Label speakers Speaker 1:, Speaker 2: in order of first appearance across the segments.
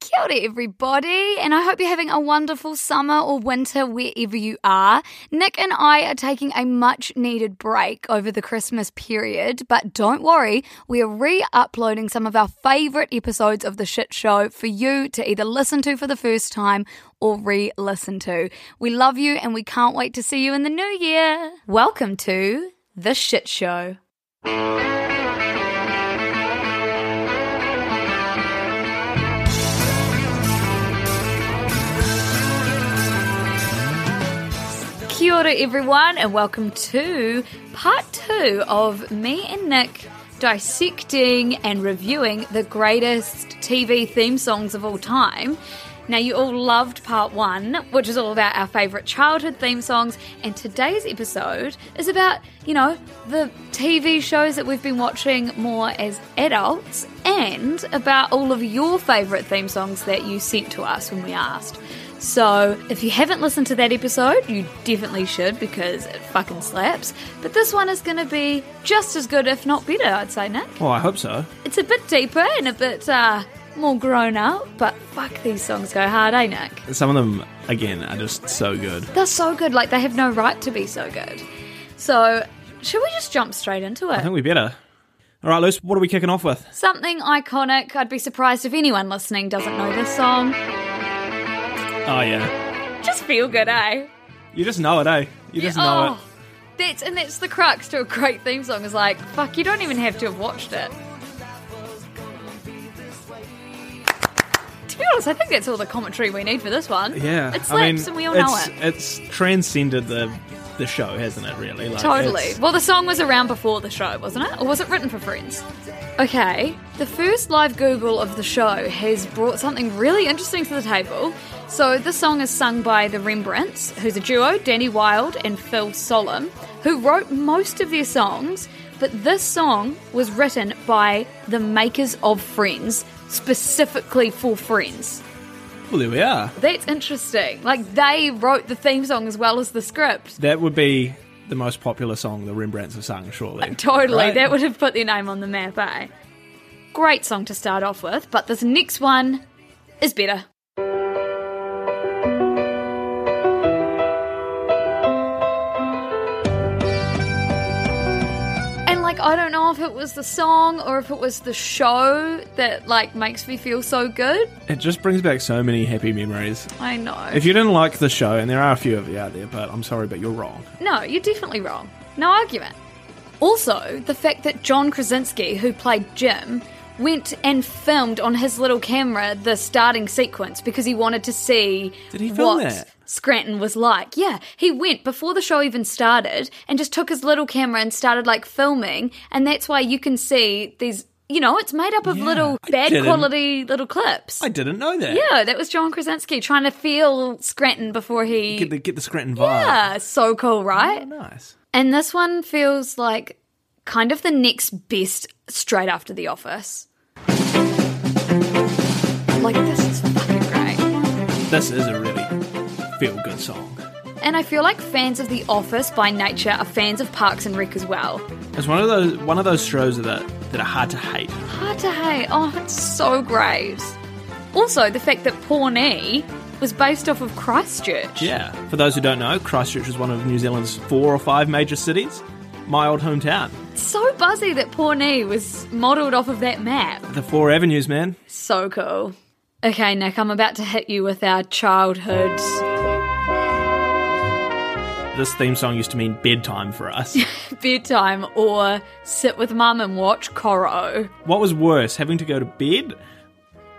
Speaker 1: Kia ora, everybody, and I hope you're having a wonderful summer or winter wherever you are. Nick and I are taking a much needed break over the Christmas period, but don't worry, we are re uploading some of our favourite episodes of The Shit Show for you to either listen to for the first time or re listen to. We love you and we can't wait to see you in the new year. Welcome to The Shit Show. Kia ora, everyone, and welcome to part two of me and Nick dissecting and reviewing the greatest TV theme songs of all time. Now, you all loved part one, which is all about our favourite childhood theme songs, and today's episode is about, you know, the TV shows that we've been watching more as adults and about all of your favourite theme songs that you sent to us when we asked. So, if you haven't listened to that episode, you definitely should because it fucking slaps. But this one is going to be just as good, if not better, I'd say, Nick.
Speaker 2: Well, I hope so.
Speaker 1: It's a bit deeper and a bit uh, more grown up, but fuck, these songs go hard, eh, Nick?
Speaker 2: Some of them, again, are just so good.
Speaker 1: They're so good, like, they have no right to be so good. So, should we just jump straight into it?
Speaker 2: I think we better. All right, Luce, what are we kicking off with?
Speaker 1: Something iconic. I'd be surprised if anyone listening doesn't know this song.
Speaker 2: Oh, yeah.
Speaker 1: Just feel good, eh?
Speaker 2: You just know it, eh? You just know
Speaker 1: Oh, That's and that's the crux to a great theme song is like, fuck, you don't even have to have watched it. To be honest, I think that's all the commentary we need for this one.
Speaker 2: it. Yeah.
Speaker 1: It slaps
Speaker 2: I mean,
Speaker 1: and we all know
Speaker 2: it's,
Speaker 1: it.
Speaker 2: It's transcended the the show, hasn't it, really? Like,
Speaker 1: Totally.
Speaker 2: it's-
Speaker 1: Well, the song was around before the show, wasn't it? Or was it written for Friends? Okay. The first live Google of the show has brought something really interesting to the table. So, this song is sung by the Rembrandts, who's a duo, Danny Wilde and Phil Solom, who wrote most of their songs, but this song was written by the makers of Friends, specifically for Friends.
Speaker 2: well, there we are.
Speaker 1: That's interesting. Like, they wrote the theme song as well as the script.
Speaker 2: That would be the most popular song the Rembrandts have sung, surely.
Speaker 1: Totally.
Speaker 2: Right?
Speaker 1: That would have put their name on the map, eh? Great song to start off with, but this next one is better. And like I don't know if it was the song or if it was the show that like makes me feel so good.
Speaker 2: It just brings back so many happy memories.
Speaker 1: I know.
Speaker 2: If you didn't like the show, and there are a few of you out there, but I'm sorry, but you're wrong.
Speaker 1: No, you're definitely wrong. No argument. Also, the fact that John Krasinski, who played Jim, went and filmed on his little camera the starting sequence because he wanted to see
Speaker 2: Did he film
Speaker 1: what
Speaker 2: that?
Speaker 1: Scranton was like. Yeah, he went before the show even started and just took his little camera and started like filming, and that's why you can see these. You know, it's made up of
Speaker 2: Yeah,
Speaker 1: little
Speaker 2: I
Speaker 1: bad
Speaker 2: didn't-
Speaker 1: quality little clips.
Speaker 2: I didn't know that.
Speaker 1: yeah, that was John Krasinski trying to feel Scranton before he.
Speaker 2: Get the, get the Scranton vibe.
Speaker 1: yeah, so cool, right?
Speaker 2: Oh, nice.
Speaker 1: And this one feels like kind of the next best straight after The Office. Like, this is fucking great.
Speaker 2: This is a really feel good song.
Speaker 1: And I feel like fans of The Office by nature are fans of Parks and Rec as well.
Speaker 2: It's one of those one of those shows that that are hard to hate.
Speaker 1: Hard to hate. Oh, it's so great. Also, the fact that Pawnee was based off of Christchurch.
Speaker 2: Yeah. For those who don't know, Christchurch is one of New Zealand's four or five major cities. My old hometown.
Speaker 1: It's so buzzy that Pawnee was modelled off of that map.
Speaker 2: The four avenues, man.
Speaker 1: So cool. Okay, Nick, I'm about to hit you with our childhood.
Speaker 2: This theme song used to mean bedtime for us.
Speaker 1: bedtime or sit with mum and watch Coro.
Speaker 2: what was worse, having to go to bed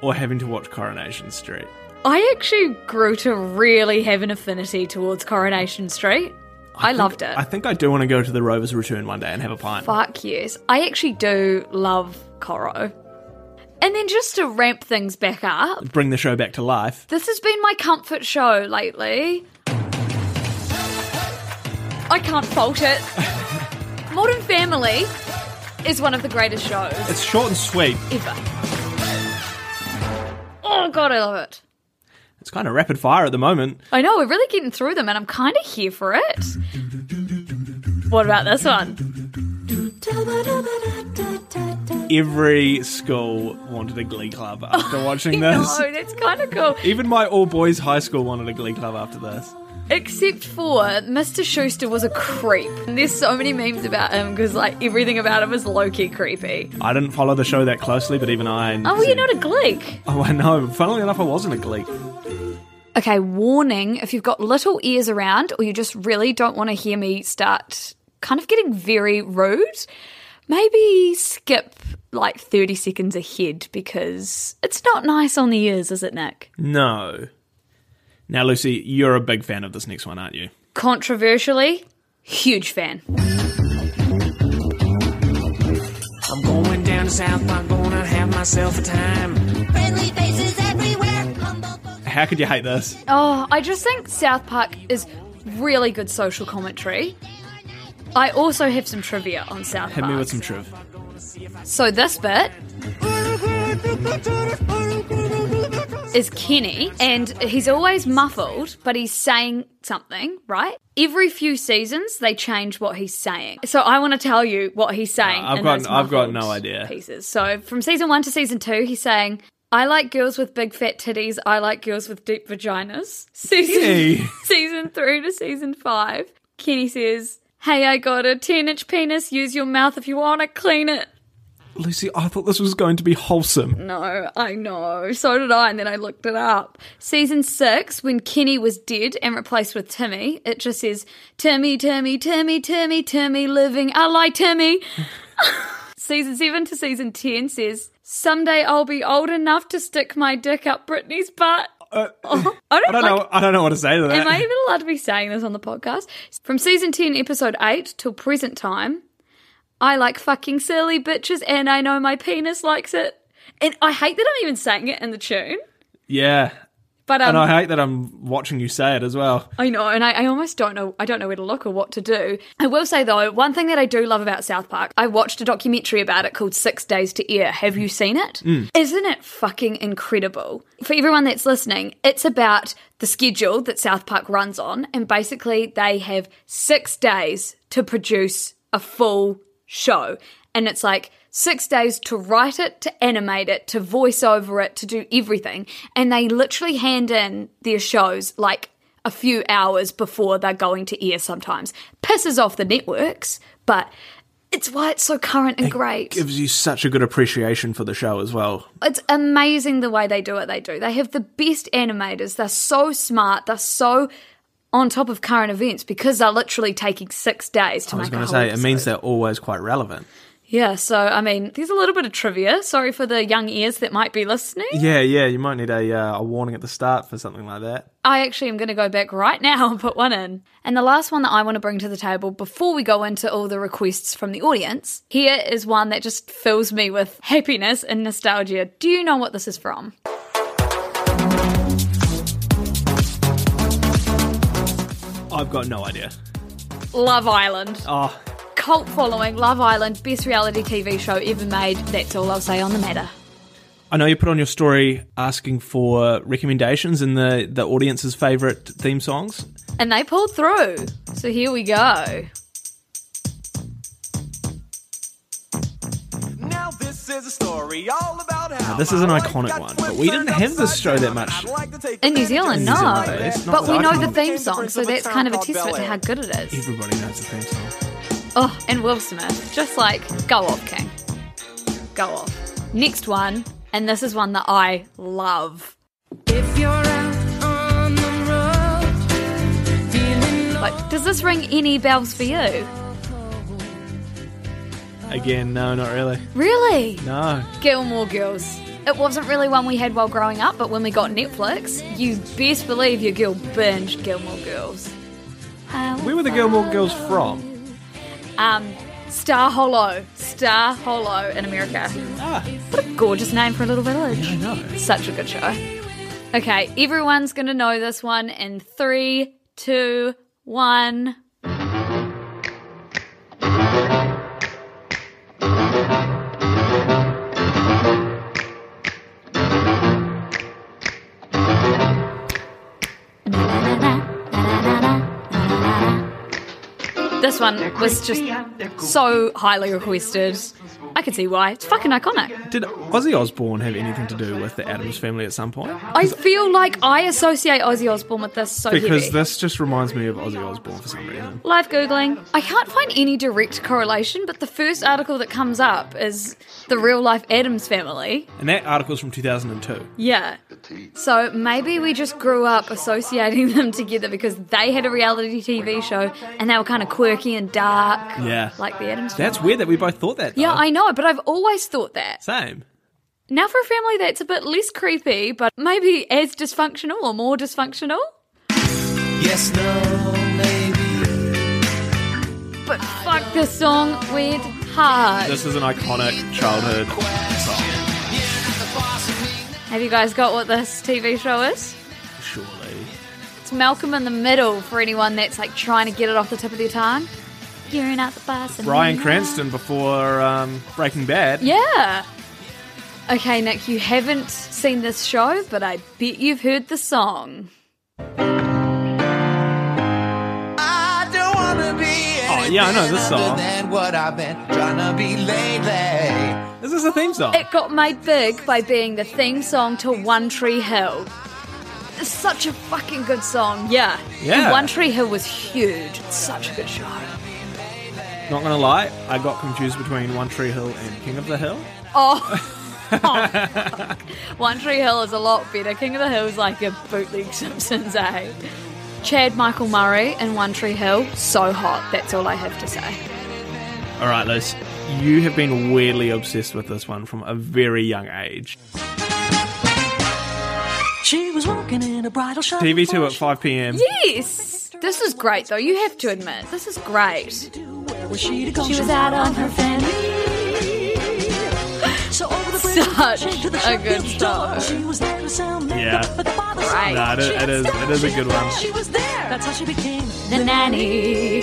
Speaker 2: or having to watch Coronation Street?
Speaker 1: I actually grew to really have an affinity towards Coronation Street. I,
Speaker 2: think-
Speaker 1: loved it.
Speaker 2: I think I do want to go to the Rover's Return one day and have a pint.
Speaker 1: Fuck yes. I actually do love Coro. And then just to ramp things back up,
Speaker 2: Bring the show back to life.
Speaker 1: This has been my comfort show lately. I can't fault it. Modern Family is one of the greatest shows
Speaker 2: It's short and sweet.
Speaker 1: ever. Oh god, I love it.
Speaker 2: It's kind of rapid fire at the moment.
Speaker 1: I know, we're really getting through them and I'm kind of here for it. What about this one?
Speaker 2: Every school wanted a glee club after watching this.
Speaker 1: No, that's kind of cool.
Speaker 2: Even my all boys high school wanted a glee club after this.
Speaker 1: Except for Mr. Schuster was a creep. And there's so many memes about him because like everything about him is low key creepy.
Speaker 2: I didn't follow the show that closely, but even I.
Speaker 1: Oh, well, you're not a gleek.
Speaker 2: Oh, I know. Funnily enough, I wasn't a glee.
Speaker 1: Okay, warning if you've got little ears around or you just really don't want to hear me start kind of getting very rude, maybe skip like 30 seconds ahead because it's not nice on the ears, is it, Nick?
Speaker 2: No. Now, Lucy, you're a big fan of this next one, aren't you?
Speaker 1: Controversially, huge fan.
Speaker 3: I'm going down to South, I'm gonna have myself a time.
Speaker 4: Friendly faces everywhere. Humble folks.
Speaker 2: How could you hate this?
Speaker 1: Oh, I just think South Park is really good social commentary. I also have some trivia on South
Speaker 2: Hit
Speaker 1: Park.
Speaker 2: me with some truth.
Speaker 1: So this bit is Kenny, and he's always muffled, but he's saying something, right? Every few seasons, they change what he's saying. So I want to tell you what he's saying.
Speaker 2: Uh, I've
Speaker 1: in
Speaker 2: got-
Speaker 1: those
Speaker 2: I've got
Speaker 1: muffled
Speaker 2: no idea.
Speaker 1: Pieces. So from season one to season two, he's saying. I like girls with big fat titties. I like girls with deep vaginas. Season
Speaker 2: Hey.
Speaker 1: season three to season five. Kenny says, "Hey, I got a ten-inch penis. Use your mouth if you want to clean it."
Speaker 2: Lucy, I thought this was going to be wholesome.
Speaker 1: No, I know. So did I, and then I looked it up. Season six, when Kenny was dead and replaced with Timmy, it just says Timmy, Timmy, Timmy, Timmy, Timmy, living. I like Timmy. season seven to season ten says someday I'll be old enough to stick my dick up Britney's butt. Uh, I don't,
Speaker 2: I don't
Speaker 1: like,
Speaker 2: know. I don't know what to say to that.
Speaker 1: Am I even allowed to be saying this on the podcast? From season 10, episode 8 till present time, I like fucking silly bitches and I know my penis likes it. And I hate that I'm even saying it in the tune.
Speaker 2: yeah,
Speaker 1: But um,
Speaker 2: and I hate that I'm watching you say it as well.
Speaker 1: I know, and I, I almost don't know. I don't know where to look or what to do. I will say though, one thing that I do love about South Park, I watched a documentary about it called Six Days to Air. Have you seen it? not it fucking incredible? For everyone that's listening, it's about the schedule that South Park runs on, and basically they have six days to produce a full show, and it's like. Six days to write it, to animate it, to voice over it, to do everything. And they literally hand in their shows like a few hours before they're going to air sometimes. Pisses off the networks, but it's why it's so current and great.
Speaker 2: Gives you such a good appreciation for the show as well.
Speaker 1: It's amazing the way they do it, they do. They have the best animators. They're so smart. They're so on top of current events because they're literally taking six days to
Speaker 2: I
Speaker 1: make
Speaker 2: was
Speaker 1: a
Speaker 2: going to
Speaker 1: whole
Speaker 2: say it means
Speaker 1: episode.
Speaker 2: they're always quite relevant.
Speaker 1: Yeah, so I mean, there's a little bit of trivia. Sorry for the young ears that might be listening.
Speaker 2: Yeah, yeah. You might need a uh, a warning at the start for something like that.
Speaker 1: I actually am going to go back right now and put one in. And the last one that I want to bring to the table before we go into all the requests from the audience, here is one that just fills me with happiness and nostalgia. Do you know what this is from?
Speaker 2: I've got no idea.
Speaker 1: Love Island.
Speaker 2: Oh,
Speaker 1: Cult following, Love Island, best reality TV show ever made. That's all I'll say on the matter.
Speaker 2: I know you put on your story asking for recommendations and the the audience's favorite theme songs.
Speaker 1: And they pulled through. So here we go.
Speaker 5: Now this is a story all about how
Speaker 2: this is an
Speaker 5: my life
Speaker 2: iconic
Speaker 5: got
Speaker 2: one,
Speaker 5: flipped
Speaker 2: but we didn't
Speaker 5: turned
Speaker 2: have this
Speaker 5: upside
Speaker 2: show that
Speaker 5: down.
Speaker 2: much
Speaker 5: I'd like to take
Speaker 1: In New
Speaker 5: advantage
Speaker 1: Zealand,
Speaker 5: of
Speaker 1: no.
Speaker 5: my
Speaker 2: it's not
Speaker 1: But we know
Speaker 2: like
Speaker 1: the
Speaker 2: it.
Speaker 1: theme song, so that's kind of a testament to how good it is.
Speaker 2: Everybody knows the theme song.
Speaker 1: Oh, and Will Smith. Just like, go off, King. Go off. Next one, and this is one that I love. Like, does this ring any bells for you?
Speaker 2: Again, no, not really.
Speaker 1: Really?
Speaker 2: No.
Speaker 1: Gilmore Girls. It wasn't really one we had while growing up, but when we got Netflix, you best believe your girl binged Gilmore Girls.
Speaker 2: Uh, Where were the Gilmore Girls from?
Speaker 1: Um, Star Hollow. Star Hollow in America. What a gorgeous name for a little village. Such a good show. Okay, everyone's going to know this one in three, two, one. This one was just so highly requested. I could see why. It's fucking iconic.
Speaker 2: Did Ozzy Osbourne have anything to do with the Adams family at some point?
Speaker 1: I feel like I associate Ozzy Osbourne with this so
Speaker 2: Because
Speaker 1: heavy.
Speaker 2: this just reminds me of Ozzy Osbourne for some reason.
Speaker 1: Live Googling. I can't find any direct correlation, but the first article that comes up is the real life Adams family.
Speaker 2: And that article's from 2002.
Speaker 1: Yeah. So maybe we just grew up associating them together because they had a reality TV show and they were kind of quirky and dark.
Speaker 2: Yeah.
Speaker 1: Like the Adams family.
Speaker 2: That's weird that we both thought that. Though.
Speaker 1: yeah, I know, but I've always thought that.
Speaker 2: Same.
Speaker 1: Now, for a family that's a bit less creepy, but maybe as dysfunctional or more dysfunctional,
Speaker 3: Yes, no, maybe.
Speaker 1: but fuck this song went hard.
Speaker 2: This is an iconic childhood song.
Speaker 1: Have you guys got what this TV show is?
Speaker 2: Surely.
Speaker 1: It's Malcolm in the Middle for anyone that's like trying to get it off the tip of their tongue. Gearing out the bus. and-
Speaker 2: Brian Cranston before um, Breaking Bad.
Speaker 1: Yeah. Okay, Nick, you haven't seen this show, but I bet you've heard the song.
Speaker 3: I don't wanna be
Speaker 2: Oh, yeah, I know this
Speaker 3: anything other
Speaker 2: song.
Speaker 3: Than what I've been trying to be lately.
Speaker 2: Is this a theme song?
Speaker 1: It got made big by being the theme song to One Tree Hill. It's such a fucking good song, yeah.
Speaker 2: Yeah.
Speaker 1: And One Tree Hill was huge. It's such a good show.
Speaker 2: Not gonna lie, I got confused between One Tree Hill and King of the Hill.
Speaker 1: Oh. Oh, fuck. One Tree Hill is a lot better. King of the Hill is like a bootleg Simpsons, eh? Chad Michael Murray in One Tree Hill, so hot. That's all I have to say.
Speaker 2: All right, Liz, you have been weirdly obsessed with this one from a very young age.
Speaker 6: She was walking in a bridal shop.
Speaker 1: Oh
Speaker 2: TV2 at 5 p.m.
Speaker 1: Yes! This is great, though. You have to admit, this is great.
Speaker 6: She
Speaker 1: She was out on her fanny.
Speaker 6: So over the bridge,
Speaker 1: Such
Speaker 6: she to the
Speaker 1: a
Speaker 6: shop
Speaker 1: good
Speaker 6: next
Speaker 1: show.
Speaker 6: door. She was there to sell
Speaker 2: Yeah.
Speaker 6: makeup, but the father saw
Speaker 1: Right.
Speaker 6: her.
Speaker 1: Nah,
Speaker 2: it is-
Speaker 6: She had
Speaker 2: it is-
Speaker 6: style,
Speaker 2: it is a
Speaker 6: she
Speaker 2: good
Speaker 6: had
Speaker 2: one. Hmm.
Speaker 6: class, She was there. That's how she became.
Speaker 1: The nanny.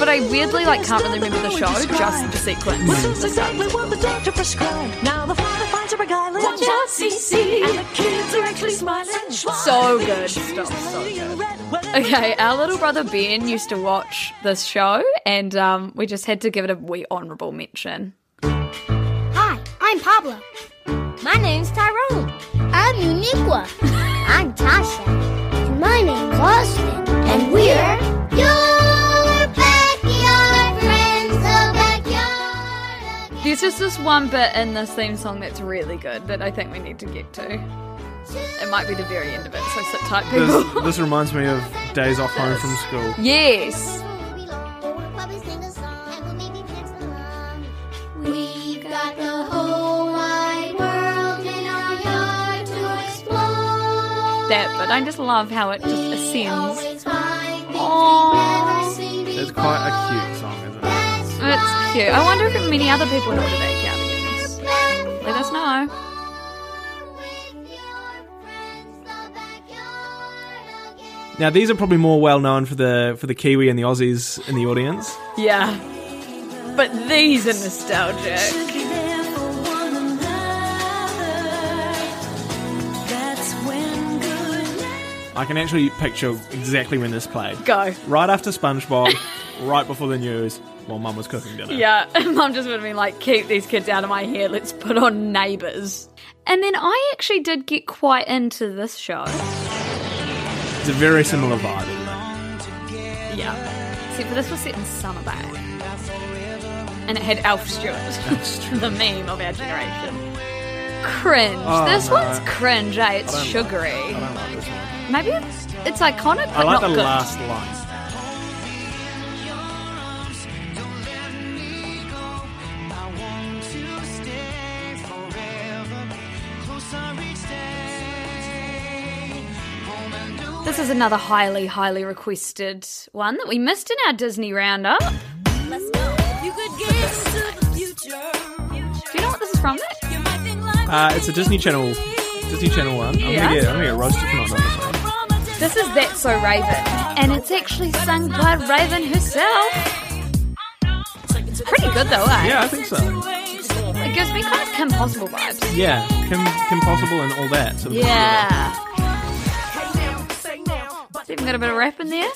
Speaker 1: But I weirdly like can't really remember the show, just the
Speaker 6: Well,
Speaker 1: sequence.
Speaker 6: that's exactly what the doctor prescribed. Now the father finds her a guy like
Speaker 1: Watch out, CC.
Speaker 6: And the kids are actually smiling.
Speaker 1: So good. Stop, so Okay, our little brother Ben used to watch this show, and um, we just had to give it a wee honourable mention.
Speaker 4: Hi, I'm Pablo. My name's Tyrone. I'm Uniqua. I'm Tasha. And my name's Austin. And we're your backyard friends, the backyard. again.
Speaker 1: There's just this one bit in this theme song that's really good that I think we need to get to. It might be the very end of it, so sit tight, people.
Speaker 2: This, this reminds me of days off home from school.
Speaker 1: yes.
Speaker 4: We've got the whole wide world in our yard to explore.
Speaker 1: That, but I just love how it just ascends.
Speaker 4: Always find things
Speaker 1: Aww.
Speaker 4: we've never seen
Speaker 2: It's quite a cute song, isn't it?
Speaker 4: That's
Speaker 1: It's cute. I wonder if many other people know what a backyard again is.
Speaker 4: Let
Speaker 1: Let us know.
Speaker 2: Now these are probably more well known for the for the Kiwi and the Aussies in the audience.
Speaker 1: Yeah. But these are nostalgic.
Speaker 2: I can actually picture exactly when this played.
Speaker 1: Go.
Speaker 2: Right after SpongeBob, right before the news, while Mum was cooking dinner.
Speaker 1: Yeah, mum just would have been like, keep these kids out of my hair, let's put on neighbours. And then I actually did get quite into this show.
Speaker 2: It's a very similar vibe. isn't it?
Speaker 1: Yeah. Except for this was set in Summer Bay. And it had Alf Stewart, the meme of our generation. Cringe. this
Speaker 2: no.
Speaker 1: one's cringe, eh? It's sugary.
Speaker 2: I don't like this one.
Speaker 1: Maybe it's, it's iconic, but
Speaker 2: I
Speaker 1: not
Speaker 2: like the
Speaker 1: good.
Speaker 2: last line.
Speaker 1: This is another highly, highly requested one that we missed in our Disney roundup.
Speaker 7: Let's go. You could get into the future.
Speaker 1: Do you know what this is from? That?
Speaker 7: You might think life
Speaker 2: Uh,
Speaker 7: would
Speaker 2: it's a
Speaker 7: be
Speaker 2: Disney Channel,
Speaker 7: easy.
Speaker 2: Disney Channel one. I'm
Speaker 1: Yeah.
Speaker 2: gonna get, I'm gonna get roasted for not knowing this one.
Speaker 1: This is That's So Raven, and it's actually sung by Raven herself. It's pretty good though, eh?
Speaker 2: Yeah, I think so.
Speaker 1: It gives me kind of Kim Possible vibes.
Speaker 2: Yeah, Kim, Kim Possible and all that. sort of-
Speaker 1: Yeah. It's even got a bit of rap in there.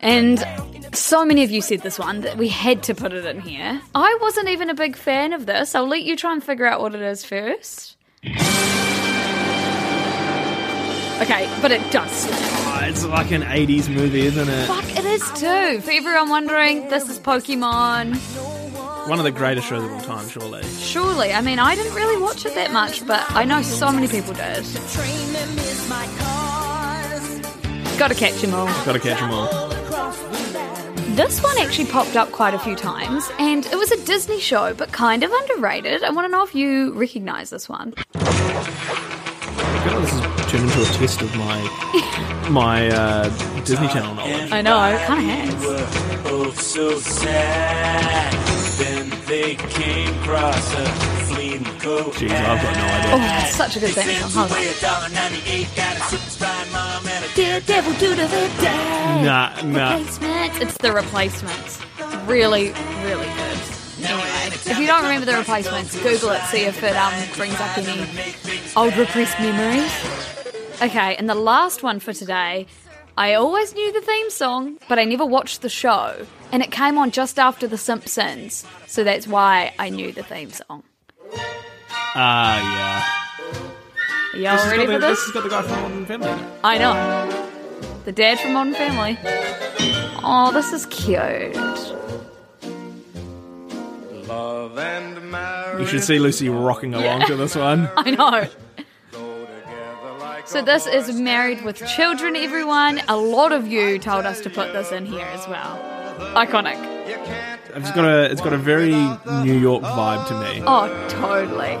Speaker 1: And so many of you said this one that we had to put it in here. I wasn't even a big fan of this. I'll let you try and figure out what it is first. Okay, but it does.
Speaker 2: Oh, it's like an '80s movie, isn't it?
Speaker 1: Fuck, it is too. For everyone wondering, this is Pokemon.
Speaker 2: One of the greatest shows of all time, surely.
Speaker 1: Surely, I mean, I didn't really watch it that much, but I know so many people did.
Speaker 7: Train them is my cause.
Speaker 1: Gotta catch 'em all.
Speaker 2: Got to catch 'em all.
Speaker 1: This one actually popped up quite a few times, and it was a Disney show, but kind of underrated. I want to know if you recognise this one.
Speaker 2: I feel like this has turned into a test of my my uh, Disney Channel knowledge.
Speaker 1: I know, it kind of has.
Speaker 3: Oh, so sad. Then they came across a fleeing coat.
Speaker 2: Jeez, I've got no idea.
Speaker 1: Oh, it's such a good thing. Hold on.
Speaker 7: Daredevil do to the day.
Speaker 2: Nah, nah.
Speaker 1: Replacements. It's the replacements. Really, really good. Anyway, if you don't remember the replacements, Google it, see if it um, brings up any old repressed memories. Okay, and the last one for today. I always knew the theme song, but I never watched the show. And it came on just after The Simpsons, so that's why I knew the theme song.
Speaker 2: Ah,
Speaker 1: Are y'all
Speaker 2: yeah. This has,
Speaker 1: ready
Speaker 2: got
Speaker 1: for
Speaker 2: the,
Speaker 1: this?
Speaker 2: this has got the guy from Modern Family. in it.
Speaker 1: I know. The dad from Modern Family. Oh, this is cute.
Speaker 5: Love and marriage.
Speaker 2: You should see Lucy rocking along to this one.
Speaker 1: I know.
Speaker 5: go together like
Speaker 1: So this is Married with Children, everyone. A lot of you told us to put this in here as well. Iconic.
Speaker 2: It's got a it's got a very New York vibe to me.
Speaker 1: Oh, totally.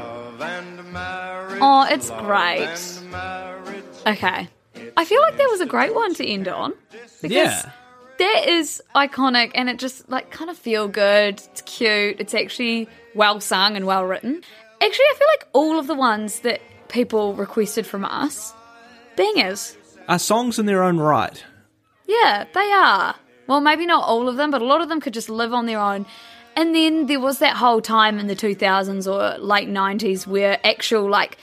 Speaker 1: Oh, it's great. Okay. I feel like that was a great one to end on. Because
Speaker 2: Yeah.
Speaker 1: that is iconic and it just like kind of feel good. It's cute. It's actually well sung and well written. Actually, I feel like all of the ones that people requested from us, bangers.
Speaker 2: Are songs in their own right?
Speaker 1: Yeah, they are. Well, maybe not all of them, but a lot of them could just live on their own. And then there was that whole time in the 2000s or late 90s where actual like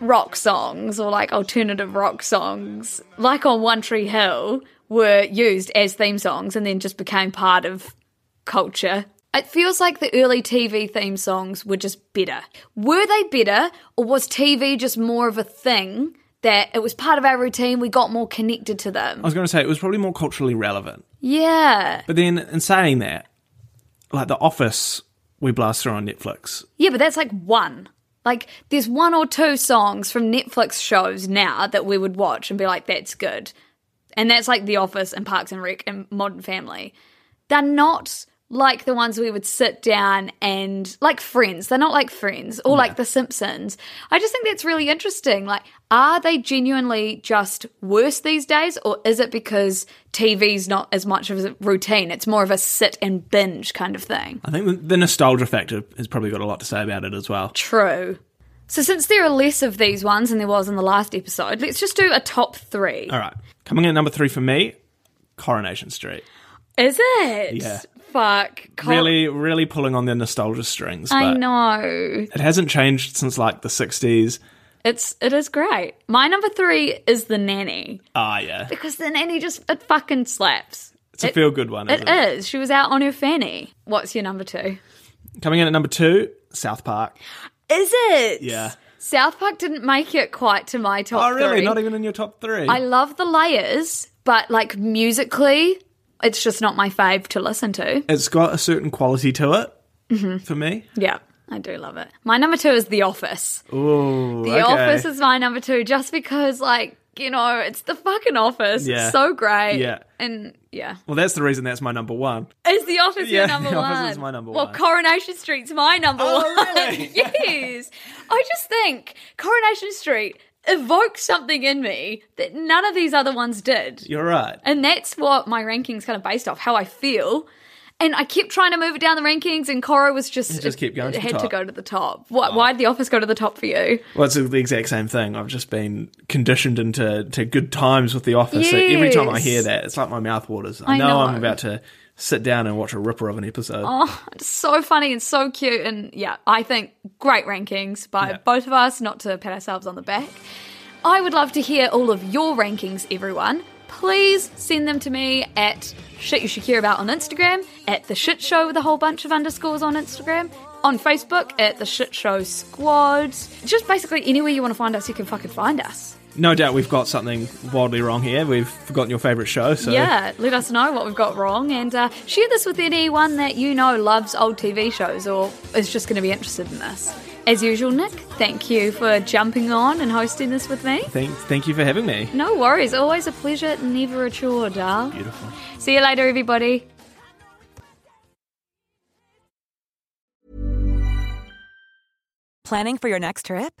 Speaker 1: rock songs or like alternative rock songs, like on One Tree Hill, were used as theme songs and then just became part of culture. It feels like the early TV theme songs were just better. Were they better, or was TV just more of a thing that it was part of our routine? We got more connected to them.
Speaker 2: I was going to say it was probably more culturally relevant.
Speaker 1: Yeah.
Speaker 2: But then, in saying that, like The Office, we blast through on Netflix.
Speaker 1: Yeah, but that's like one. Like, there's one or two songs from Netflix shows now that we would watch and be like, that's good. And that's like The Office and Parks and Rec and Modern Family. They're not like the ones we would sit down and like Friends. They're not like Friends or like The Simpsons. I just think that's really interesting. Like, are they genuinely just worse these days or is it because TV's not as much of a routine? It's more of a sit and binge kind of thing.
Speaker 2: I think the, the nostalgia factor has probably got a lot to say about it as well.
Speaker 1: True. So since there are less of these ones than there was in the last episode, let's just do a top three.
Speaker 2: All right, coming in at number three for me, Coronation Street.
Speaker 1: Is it?
Speaker 2: Yeah.
Speaker 1: Fuck. Col-
Speaker 2: Really, really pulling on the nostalgia strings.
Speaker 1: I
Speaker 2: but
Speaker 1: know.
Speaker 2: It hasn't changed since like the 60s.
Speaker 1: It's it is great. My number three is the nanny
Speaker 2: Ah, yeah.
Speaker 1: because the nanny just it fucking slaps.
Speaker 2: It's a feel good one, isn't it?
Speaker 1: It is. She was out on her fanny. What's your number two?
Speaker 2: Coming in at number two, South Park.
Speaker 1: Is it?
Speaker 2: Yeah.
Speaker 1: South Park didn't make it quite to my top.
Speaker 2: Oh, really?
Speaker 1: three.
Speaker 2: Not even in your top three?
Speaker 1: I love the layers, but like musically, it's just not my fave to listen to.
Speaker 2: It's got a certain quality to it
Speaker 1: Mm-hmm.
Speaker 2: for me.
Speaker 1: Yeah, I do love it. My number two is The Office.
Speaker 2: Ooh,
Speaker 1: The Office is my number two just because, like, you know, it's the fucking office.
Speaker 2: Yeah.
Speaker 1: It's so great.
Speaker 2: Yeah.
Speaker 1: And yeah.
Speaker 2: Well, that's the reason that's my number one.
Speaker 1: Is The Office
Speaker 2: Yeah,
Speaker 1: your number
Speaker 2: The
Speaker 1: one?
Speaker 2: Office is my number
Speaker 1: well,
Speaker 2: one.
Speaker 1: Coronation Street's my number one.
Speaker 2: Oh, really?
Speaker 1: yes. I just think Coronation Street evokes something in me that none of these other ones did.
Speaker 2: You're right.
Speaker 1: And that's what my ranking's kind of based off, how I feel. And I kept trying to move it down the rankings, and Cora was just
Speaker 2: It just kept going to
Speaker 1: It
Speaker 2: the
Speaker 1: had to
Speaker 2: top. Oh.
Speaker 1: go to the top. Why, why did the office go to the top for you?
Speaker 2: Well, it's the exact same thing. I've just been conditioned into to good times with The Office. So every time I
Speaker 1: Yes.
Speaker 2: hear that, it's like my mouth waters. I,
Speaker 1: I
Speaker 2: know, I'm
Speaker 1: know. Oh.
Speaker 2: about to sit down and watch a ripper of an episode.
Speaker 1: It's so funny and so cute, and yeah, I think great rankings by
Speaker 2: Yeah.
Speaker 1: both of us. Not to pat ourselves on the back. I would love to hear all of your rankings, everyone. Please send them to me at shit you should care about on Instagram, at the shit show with a whole bunch of underscores on Instagram, on Facebook at the shit show squad. Just basically anywhere you want to find us, you can fucking find us.
Speaker 2: No doubt we've got something wildly wrong here. We've forgotten your favourite show. So
Speaker 1: Yeah, let us know what we've got wrong and uh, share this with anyone that you know loves old TV shows or is just going to be interested in this. As usual, Nick, thank you for jumping on and hosting this with me.
Speaker 2: thank, thank you for having me.
Speaker 1: No worries, always a pleasure, never a chore, darling.
Speaker 2: Beautiful.
Speaker 1: See you later, everybody.
Speaker 6: Planning for your next trip?